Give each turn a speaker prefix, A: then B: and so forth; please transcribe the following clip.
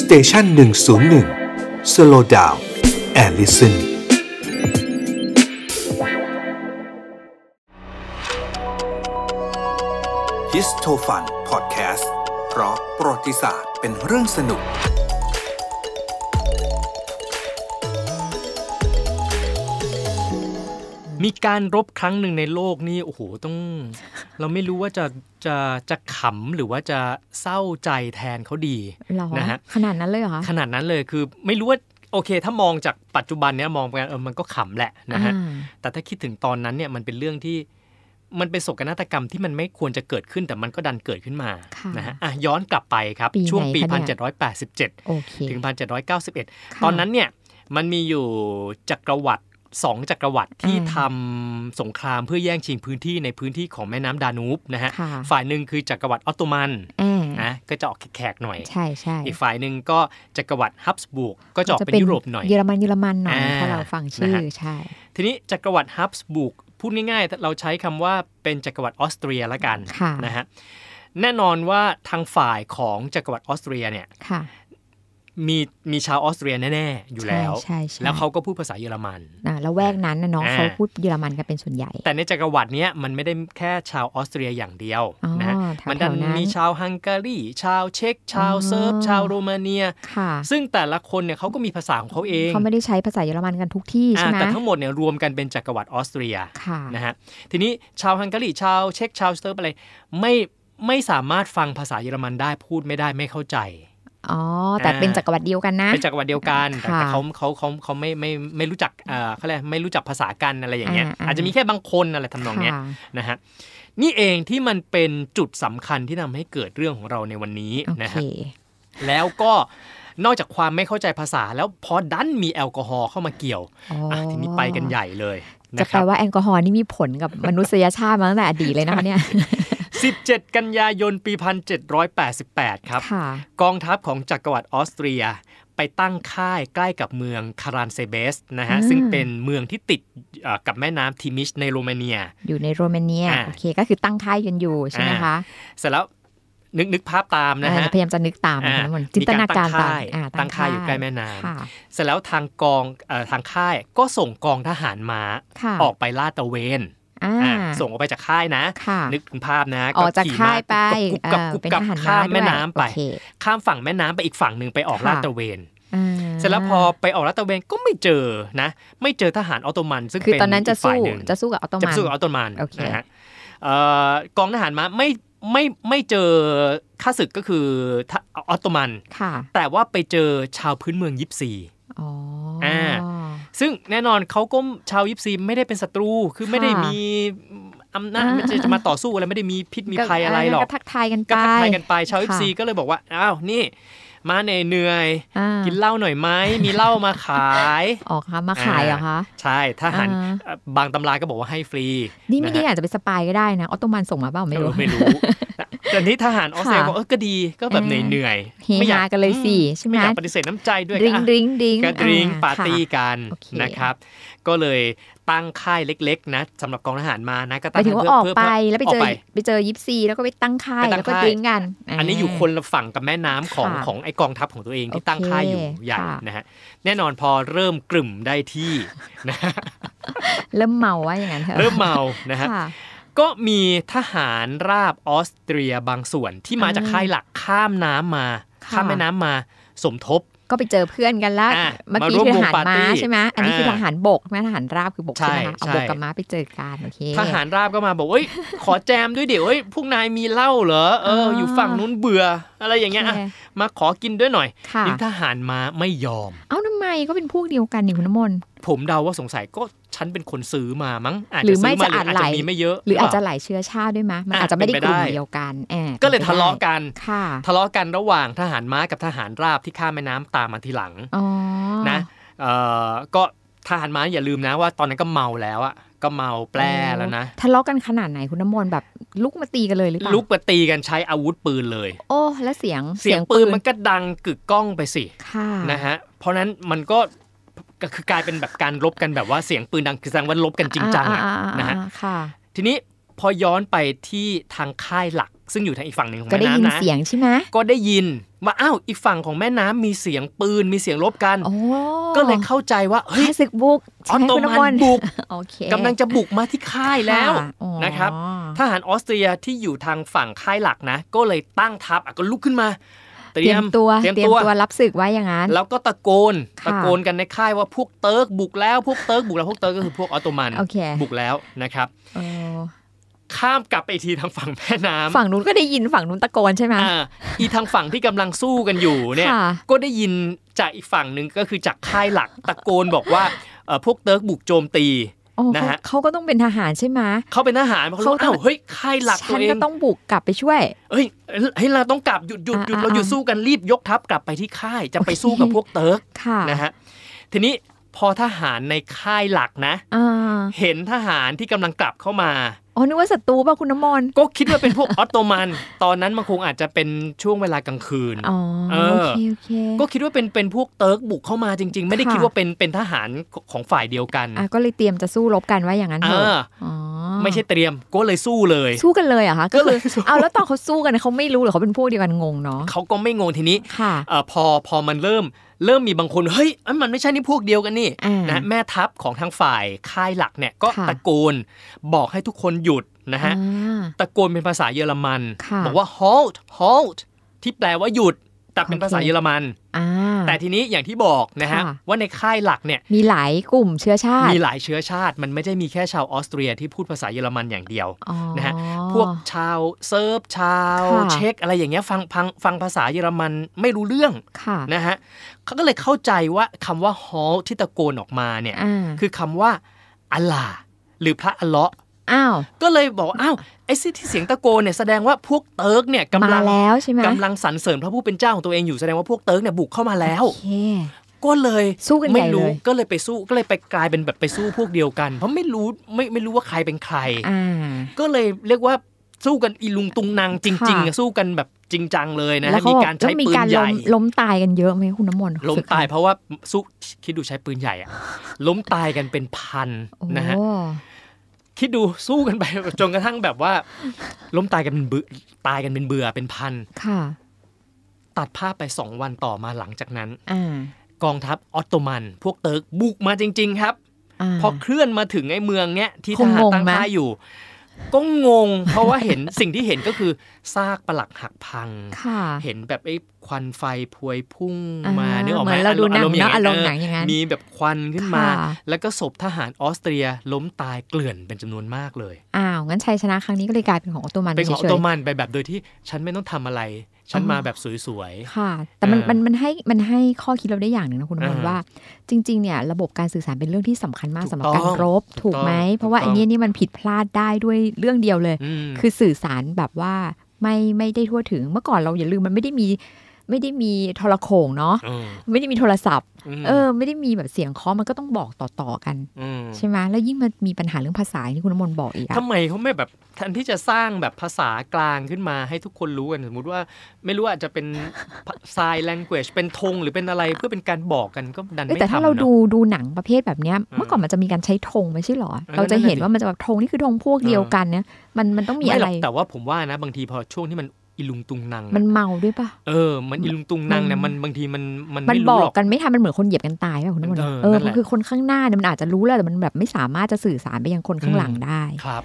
A: สเตชันหนึ่งศูนย์หนึ่งสโลดาวแอลลิสัน ฮิสโทฟันพอดแคสต์เพราะประวัติศาสตร์เป็นเรื่องสนุก
B: มีการรบครั้งหนึ่งในโลกนี่โอ้โหต้อง เราไม่รู้ว่าจะจะจะขำหรือว่าจะเศร้าใจแทนเขาดี
C: หรอ
B: นะฮะ
C: ขนาดนั้นเลยเหรอคะ
B: ขนาดนั้นเลยคือไม่รู้ว่าโอเค ถ้ามองจากปัจจุบันเนี้ยมองไปเออมันก็ขำแหละนะฮะ
C: อ่า
B: แต่ถ้าคิดถึงตอนนั้นเนี่ยมันเป็นเรื่องที่มันเป็นโศกนาฏกรรมที่มันไม่ควรจะเกิดขึ้นแต่มันก็ดันเกิดขึ้นมา
C: ค่ะ
B: นะฮะอ่ะย้อนกลับไปครับ
C: ปีไหน
B: ช่วงปี
C: คะเนี่ย
B: 1787
C: โอเค
B: ถึง
C: ะ
B: 1791 ตอนนั้นเนี่ยมันมีอยู่จักรวรรดิสองจักรวรรดิที่
C: อืม
B: ทำสงครามเพื่อแย่งชิงพื้นที่ในพื้นที่ของแม่น้ำดานูบนะฮะ
C: ค่ะ
B: ฝ่ายหนึ่งคือจักรวรรดิออตโตมัน
C: อ่า
B: นะก็จะออกแขกๆหน่อย
C: ใช่ใช่
B: อีกฝ่ายหนึ่งก็จักรวรรดิฮับสบูกก็จะออกเป็นยุโรปหน่อย
C: เยอรมันเยอรมันหน่อย
B: อ่า
C: ถ้าเราฟังชื่
B: นะ
C: อ
B: ฮะ
C: ใช่
B: ทีนี้จักรวรรดิฮับสบูกพูดง่ายๆ เราใช้คำว่าเป็นจักรวรรดิออสเตรียละกัน
C: ค่ะ
B: นะฮะแน่นอนว่าทางฝ่ายของจักรวรรดิออสเตรียเนี่ย
C: ค่ะ
B: มีมีชาวออสเตรียแน่ๆอยู่แล้ว
C: ใช่ใช่
B: แล้วเขาก็พูดภาษาเยอรมัน
C: อ่าแล้วแวกนั้นนะเน้อง
B: อ่า
C: เขาพูดเยอรมันกันเป็นส่วนใหญ่
B: แต่ในจักรวรรดิเนี้ยมันไม่ได้แค่ชาวออสเตรียอย่างเดียว
C: อ๋อ
B: นะฮะ
C: แถ
B: มั
C: วน ๆ
B: ดัน
C: นั้น
B: มีชาวฮังการี ชาวเช็ก ชาวเซิร์ฟ
C: อ๋อ
B: ชาวโรมาเนีย
C: ค่ะ
B: ซึ่งแต่ละคนเนี่ยเขาก็มีภาษาของเขาเอง
C: เขาไม่ได้ใช้ภาษาเยอรมันกันทุกที่
B: อ่า
C: ใช่ไหม
B: แต่ทั้งหมดเนี่ยรวมกันเป็นจักรวรรดิออสเตรีย
C: ค่ะ
B: นะฮะ ทีนี้ชาวฮังการี ชาวเช็ก ชาวเซิร์ฟอะไรไม่ไม่สามารถฟังภาษาเยอรมันได้พูดไม่ได้ไม่เข้าใจ
C: อ๋อแต่
B: อ่า
C: เป็นจักรวรรดิเดียวกันนะ
B: เป็นจักรวรรดิเดียวกันแต่
C: ค่ะ
B: แต่เขาเขาเขาเขาไม่ไม่ไม่รู้จักเอ่อเขาเรียกไม่รู้จักภาษากันอะไรอย่างเงี้ย
C: อ่าอ่า
B: อาจจะมีแค่บางคนอะไรทำนองเนี้ย
C: ค่ะ
B: นะฮะนี่เองที่มันเป็นจุดสำคัญที่ทำให้เกิดเรื่องของเราในวันนี้
C: โอ
B: นะ
C: เค
B: ฮะแล้วก็นอกจากความไม่เข้าใจภาษาแล้วพอดันมีแอลกอฮอล์เข้ามาเกี่ยว
C: อ๋อ
B: อ่ะทีนี้ไปกันใหญ่เลย
C: จะ
B: นะค
C: แปล
B: รับ
C: ว่าแอลกอฮอล์นี่มีผลกับมนุษยชาติมาตั้งแต่อดีตเลยนะคะเนี่ย
B: 17 กันยายนปี 1788 ครับ
C: ค่ะ
B: กองทัพของจักรวรรดิออสเตรีย ไปตั้งค่ายใกล้กับเมืองคารานเซเบสนะฮะซึ่งเป็นเมืองที่ติดเอ่อกับแม่น้ำทิมิชในโรมาเนีย
C: อยู่ในโรมาเนีย
B: อ่า
C: โอเคก็คือตั้งค่ายกันอยู่ใช่ไหมคะ
B: เสร็จแล้วนึกนึกภาพตามนะฮะ
C: อ่าพยายามจะนึกตาม
B: อ่า
C: นะมัน
B: มี
C: จินตนาการ
B: การตั้
C: ตาง ม
B: ค่าย
C: อ่า
B: ตั้งค่ายอยู่ใกล้แม่น้ำ
C: ค่ะ
B: เสร็จแล้วทางกองเออทางค่ายก็ส่งกองทหารม้า
C: ค่ะ
B: ออกไปลาดตระเวน
C: อ่า
B: อ่าส่งออกไปจากค่ายนะ
C: ค่ะ
B: นึกถึงภาพนะ
C: ออกจากค่ายไป
B: กุบกับกุบกับ
C: อ่
B: กุบกับข้าม
C: ด้วย
B: แม่น้ำไป
C: โอเค
B: ข้ามฝั่งแม่น้ำไปอีกฝั่งหนึ่งไปออก
C: ค่ะ
B: ลาดตระเวน
C: อ่า
B: เสร็จแล้วพอไปออกลาดตระเวนก็ไม่เจอนะ ไม่เจอทหารออตโตมัน ซึ่ง
C: คือ
B: เป็
C: ตอนนั้นจะ
B: ฝ่า
C: สู้
B: ยหนึ่ง
C: จะสู้กับออตโต
B: จะ
C: มัน
B: สู้กับออตโตมัน
C: โอเค
B: นะฮะเอ่อกองทหารม้าไม่ไม่ไม่เจอข้าศึกก็คือทะออตโตมัน
C: ค่ะ
B: แต่ว่าไปเจอชาวพื้นเมืองยิปซี
C: อ๋อ
B: อ่า
C: อ่า
B: ซึ่งแน่นอนเขาก็ชาวยิปซีไม่ได้เป็นศัตรู คือไม่ได้
C: ค่ะ
B: มีอำนาจไม่ใช่จะมาต่อสู้อะไรไม่ได้มีพิษมีภัยอะไรหรอก
C: ก็ทักทายกันไป
B: ก็ทักทายกันไปชาว
C: ค่ะ
B: ยิปซีก็เลยบอกว่าอ้าวนี่ มาเหนื่อย
C: อ่า
B: ๆกินเหล้าหน่อยไหมมีเหล้ามาขาย
C: ออกค่ะมาขายเหรอคะ
B: ใช่ทหาร
C: อ่า
B: เอ่อบางตำราก็บอกว่าให้ฟรี
C: นี่ไม่ดี
B: นะฮะ
C: อาจจะเป็นสปายก็ได้นะออตโตมันส่งมาเปล่าไม่รู้
B: เออ ไม่รู้นะแต่นี้ทหารออสเตรเลีย
C: ค่ะ
B: บอกเออก็ดีก็แบบ
C: อ่า
B: เหนื่อย
C: เฮฮากันเลยสิ
B: อื
C: ใช่ไหม
B: ไม่อยากปฏิเสธน้ำใจด้วย
C: ดริง
B: อ่ะ
C: ดริงดริง
B: ก็ดริง
C: อ่
B: ปาร์ตี้
C: ค่ะ
B: กัน
C: โอเค
B: นะครับ ก็เลยตั้งค่ายเล็ก ๆ นะสำหรับกองทหารมานะก็
C: ห
B: ตั้
C: มา
B: ง
C: ยถึงว่าออก
B: เพื่
C: ไป
B: เพื่เพื่
C: แล้วไปเจอก ไปเจอยิปซีแล้วก็ไปตั้งค่าย
B: ไปตั้ง
C: แล้วก็
B: ค่าย
C: ดริงกัน
B: อันนี้อยู่คนละฝั่งกับแม่น้ำของ
C: ค่ะ
B: ของไอกองทัพของตัวเองที่
C: โอเค
B: ตั้งค่ายอยู่ใหญ่
C: ค่ะ
B: นะฮะแน่นอนพอเริ่มกลุ่มได้ที่ นะฮะ
C: เริ่มเมาว่าอย่างนั้นเถอะ
B: เริ่มเมานะฮะ
C: ค่ะ
B: ก็มีทหารราบออสเตรียบางส่วนที่มาจาก
C: อ่า
B: ค่ายหลักข้ามน้ำมา
C: ค่ะ
B: ข้ามแม่น้ำมาสมทบ
C: ก็ไปเจอเพื่อนกันแล้ว
B: อ่ะ
C: เมื่อ
B: มา
C: กี้
B: ร่วม
C: คื
B: ว
C: อท
B: ง
C: หาร
B: ปาร์ตี้
C: ม้าใช่ไหมอันนี้คือทหารบกใช่ไหมทหารราบคือบก
B: ใช่
C: ใช่ไหมคะเอา
B: ใช่
C: บกกับม้าไปเจอกันโอเค
B: ทหารราบก็มาบอกเอ้ย ขอแจมด้วยเดี๋ยวเอ้ยพวกนายมีเหล้าเหรอเออ
C: อ่า
B: อยู่ฝั่งนู้นเบื่ออะไรอย่างเงี้ยอ่ะ
C: โค
B: มาขอกินด้วยหน่อย
C: ค่ะ
B: นี่ทหารมาไม่ยอม
C: เอ้าทำไมก็เป็นพวกเดียวกันนี่คุณน้ำมนต์
B: ผมเดาว่าสงสัยก็ฉันเป็นคนซื้อมามั้ง อาจ
C: หรื
B: จะ
C: อไม่
B: ซื้อมาหรือ
C: จะ
B: อาจ
C: อาจ
B: จะ
C: ไหล
B: มีไม่เยอะ
C: หรืออาจ
B: เป
C: จะ
B: ล่
C: หลายเชื้อชาติด้วยมั้ยมัน
B: อ่ะ
C: อาจจะไม่ได้
B: เป็น
C: ก
B: ไปได้
C: ลุ่มเดียวกันแอบ
B: ก็เลยทะเลาะกัน
C: ค่ะ
B: ทะเลาะกันระหว่างทหารม้ากับทหารราบที่ข้ามแม่น้ำตามมาทีหลัง
C: อ๋อ
B: นะเอ่อก็ทหารม้าอย่าลืมนะว่าตอนนั้นก็เมาแล้วอะก็เมาแปร่แล้วนะ
C: ทะเลาะกันขนาดไหนคุณน้ำมนต์แบบลุกมาตีกันเลยหรือเปล่า
B: ลุกมาตีกันใช้อาวุธปืนเลย
C: โอ้แล้วเสียง
B: เสียงปืนมันก็ดังกึกก้องไปสิ
C: ค่ะ
B: นะฮะ เพราะนั้นมันก็ก็คือกลายเป็นแบบการรบกันแบบว่าเสียงปืนดังคือแสดงว่าลบกันจริงจังอะ
C: อ่าอ่าอ่า
B: นะฮะ
C: ค่ะ
B: ทีนี้พอย้อนไปที่ทางค่ายหลัก ซึ่งอยู่ทางอีกฝั่งหนึ่งของ
C: ก็
B: แม่
C: ได้ยิน
B: น้ำนะ
C: เสียงใช่ไหม
B: ก็ได้ยินว่าอ้าวอีกฝั่งของแม่น้ำมีเสียงปืนมีเสียงรบกัน
C: โอ้
B: ก็เลยเข้าใจว่าเฮ้ย
C: ค่าศึกบุก
B: ออ
C: ใช่ไหม
B: โต
C: คุณ
B: มัน
C: มล
B: บุก
C: โอเค
B: กำลังจะบุกมาที่ค่ายแล้ว
C: ค่ะอ๋อ
B: นะครับ ทหารออสเตรียที่อยู่ทางฝั่งค่ายหลักนะ ก็เลยตั้งทัพอ่ะก็ลุกขึ้นมา
C: เตรียมตัว
B: เตรียม
C: เตรียม
B: ตัว
C: ตัวรับศึกไว้อย่างนั้น
B: แล้วก็ตะโกน
C: ค่ะ
B: ตะโกนกันในค่ายว่าพวกเติร์กบุกแล้วพวกเติร์กบุกแล้วพวกเติร์กก็คือพวกออตโตมัน
C: โอเค
B: บุกแล้วนะครับ
C: เออ
B: ข้ามกลับไปอีกทีทางฝั่งแม่น้ำ
C: ฝั่งนู้นก็ได้ยินฝั่งนู้นตะโกนใช่ไหม
B: อ่าอีทางฝั่งที่กำลังสู้กันอยู่เนี่ย
C: ค่ะ
B: ก็ได้ยินจากอีกฝั่งหนึ่งก็คือจากค่ายหลักตะโกนบอกว่าเอ่อพวกเติร์กบุกโจมตี
C: โอ้
B: นะ
C: เขา
B: ฮะ
C: เขาก็ต้องเป็นทหารใช่ไหม
B: เขาเป็นทหารเขารู้
C: เขาต้
B: อ้า
C: อง
B: วเฮ้ยค่ายหลักตั
C: ฉั
B: วน เอ
C: ก็
B: ง
C: ต้องบุกกลับไปช่วย
B: เฮ้ยเฮ้ยเราต้องกลับหยุดหยุดหยุด
C: อ่า
B: เราหยุด
C: อ่า
B: สู้กันรีบยกทัพกลับไปที่ค่ายจะไป
C: โอเค
B: สู้กับพว กเติร์ก
C: ค่ะ
B: นะฮะทีนี้พอทหารในค่ายหลักนะ
C: อ่า
B: เห็นทหารที่กำลังกลับเข้ามา
C: อ๋อนึกว่าศัตรูป่ะคุณน้ำมนต์
B: ก็คิดว่าเป็นพ วกออตโตมัน ตอนนั้นมันคงอาจจะเป็นช่วงเวลากลางคืน
C: อ๋อ
B: เออ
C: โอเคโอเค
B: ก็คิดว่าเป็นเป็นพวกเติร์กบุกเข้ามาจริง ๆ ไม่ได้
C: ค่ะ
B: คิดว่าเป็นเป็นทหารของฝ่ายเดียวกัน
C: อ่ะก็เลยเตรียมจะสู้รบกันว่าอย่างนั้น
B: เอ
C: เถ
B: อ
C: อะอ๋อ
B: ไม่ใช่เตรียมก็เลยสู้เลย
C: สู้กันเลยเหรอะคะ
B: ก็
C: ก็
B: เล
C: คื
B: ย
C: อ
B: สู้
C: เอาแล้วตอนเขาสู้กันเขาไม่รู้เหรอเขาเป็นพวกเดียวกันงงเนาะ
B: เขาก็ไม่งงทีนี้
C: ค่ะ
B: เอ่อพอพอมันเริ่มเริ่มมีบางคนเฮ้ยอันมันไม่ใช่นี่พวกเดียวกันนี่
C: อ่า
B: นะแม่ทัพของทางฝ่ายค่ายหลักเนี่ยก็
C: ค่ะ
B: ตะโกนบอกให้ทุกคนหยุดนะฮะ
C: อ่า
B: ตะโกนเป็นภาษาเยอรมัน
C: ค่ะ
B: บอกว่า halt halt ที่แปลว่าหยุดแต่เป็น
C: โอเค
B: ภาษาเยอรมัน
C: อ่า
B: แต่ทีนี้อย่างที่บอกนะฮะ
C: ค่ะ
B: ว่าในค่ายหลักเนี่ย
C: มีหลายกลุ่มเชื้อชาติ
B: มีหลายเชื้อชาติ มันไม่ได้มีแค่ชาวออสเตรียที่พูดภาษาเยอรมันอย่างเดียว
C: อ๋อ
B: นะฮะ พวกชาวเซิร์ฟชาว
C: ค่ะ
B: เช็กอะไรอย่างเงี้ยฟังฟังฟังภาษาเยอรมันไม่รู้เรื่อง
C: ค่ะ
B: นะฮะเขาก็เลยเข้าใจว่าคำว่าฮอลที่ตะโกนออกมาเนี่ย
C: อ่า
B: คือคำว่าอัลลาหรือพระอัลเลาะห์
C: อ้าว
B: ก็เลยบอกว่าอ้าวไอ้ที่เสียงตะโกนเนี่ยแสดงว่าพวกเติร์กเนี่ยกำลั
C: มางแล้วใช่ไหม
B: กำลังสรรเสริญพระผู้เป็นเจ้าของตัวเองอยู่แสดงว่าพวกเติร์กเนี่ยบุกเข้ามาแล้ว
C: โอเค
B: ก็เลย
C: สู้กันใหญ่
B: ไม่รู้
C: เลย
B: ก็เลยไปสู้ก็เลยไปกลายเป็นแบบไปสู้พวกเดียวกัน เพราะไม่รู้ไม่ไม่รู้ว่าใครเป็นใคร
C: อ่า
B: ก็เลยเรียกว่าสู้กันอีลุงตุงนางจริง
C: ค่ะ
B: ๆ สู้กันแบบจริงจังเลยนะ
C: แล้วเขา
B: มี
C: บอก
B: การใช้
C: แล้วมี
B: ปืน
C: การ
B: ใหญ่
C: ล้มล้มตายกันเยอะไหมคุณน้ำมนต์
B: ล้ม
C: ศึก
B: ตายเพราะว่าสู้คิดดูใช้ปืนใหญ่อะล้มตายกันเป็นพัน
C: โอ้
B: นะฮะคิดดูสู้กันไป จนกระทั่งแบบว่า ล้มตายกันเป็นเบือตายกันเป็นเบื่อเป็นพัน
C: ค่ะ
B: ตัดภาพไปสองวันต่อมาหลังจากนั้น
C: อ่าก
B: องทัพออตโตมัน พวกเติร์กบุกมาจริง ๆ ครับ
C: อ่า
B: พอเคลื่อนมาถึงไอ้เมืองเนี้ยที่ท
C: คง
B: หารง ตั้ง
C: ไหม
B: ค่ายอยู่ ก็งง เพราะว่าเห็นสิ่งที่เห็นก็คือซากปลักหักพัง
C: ค่ะ
B: เห็นแบบไอ้ควันไฟพวยพุ่ง
C: อ่
B: มาเนื้อออก
C: เห
B: ไห
C: มื
B: ม
C: อนเราดูหนังเนาะอารมณ์หนัง
B: เ
C: อย่างนั้น
B: มีแบบควันขึ้นมา
C: ค่ะ
B: แล้วก็ศพทหารออสเตรียล้มตายเกลื่อนเป็นจำนวนมากเลย
C: อ้าว งั้นชัยชนะครั้งนี้ก็เลยกลายเป็นของออตโตมัน
B: เป็นของอ
C: เฉ
B: อต
C: ย
B: โตมันไปแบบโดยที่ฉันไม่ต้องทำอะไร ฉันมาแบบสวย
C: ๆค่ะ แต่มัน
B: เออ
C: มันมันให้มันให้ข้อคิดเราได้อย่างหนึ่งนะคุณอมน
B: อ่า
C: ว่า จริง ๆ เนี่ยระบบการสื่อสารเป็นเรื่องที่สำคัญมาก
B: ถูก
C: สำหรับการ
B: ต้อง
C: รบถูกไหม
B: ถูกต้อง
C: เพราะว่าไอันนี้นี่มันผิดพลาดได้ด้วยเรื่องเดียวเลย
B: ๆอืม
C: คือสื่อสารแบบว่าไม่ไม่ได้ทั่วถึง เมื่อก่อนเราอย่าลืมมันไม่ได้มีไม่ได้มีโทรโขงเนาะ ไม่ได้มีโทรศัพท์ เออ ไม่ได้มีแบบเสียงเคาะมันก็ต้องบอกต่อๆกัน ใช่ไหมแล้วยิ่งมันมีปัญหาเรื่องภาษาอย่างที่คุณอมนบอกอีกอะ
B: ทำไมเขาไม่แบบแทนที่จะสร้างแบบภาษากลางขึ้นมาให้ทุกคนรู้กันสมมติว่า ไม่รู้อาจจะเป็น sign language เป็นธงหรือเป็นอะไรเพื่อเป็นการบอกกันก็ดัน
C: เอ้ย
B: ไม่
C: แต่
B: ทำ
C: ถ้าเรา
B: เน
C: ดู
B: อะ
C: ดูหนังประเภทแบบเนี้ยเมื่อก่อนมันจะมีการใช้ธงไม่ใช่หรอ
B: เออ
C: เราจะเห็น
B: นั่นน่ะสิ
C: ว่ามันจะแบบธงนี่คือธงพวกเดียวกันเนี่ยมันมันต้องมี
B: ไม่
C: อะ
B: หร
C: ไร
B: อกแต่ว่าผมว่านะบางทีพอช่วงที่มันอิลุงตุงนัง
C: มันเมาด้วยปะ
B: เออ มันอิลุงตุงนังเนี่ย
C: มั
B: มัน
C: น
B: บางทีมันมัน
C: มัน
B: ไม่
C: บ
B: รู้
C: อ
B: ห
C: ก
B: รอก
C: กันไม่ทันมันเหมือนคนเหยียบกันตายป่ะคุณนวล
B: เออ
C: เออ
B: นั่นแหละ
C: คือคนข้างหน้าเนี่ยมันอาจจะรู้แหล้วแต่มันแบบไม่สามารถจะสื่อสารไปยังคนข้างหลังได้
B: ครับ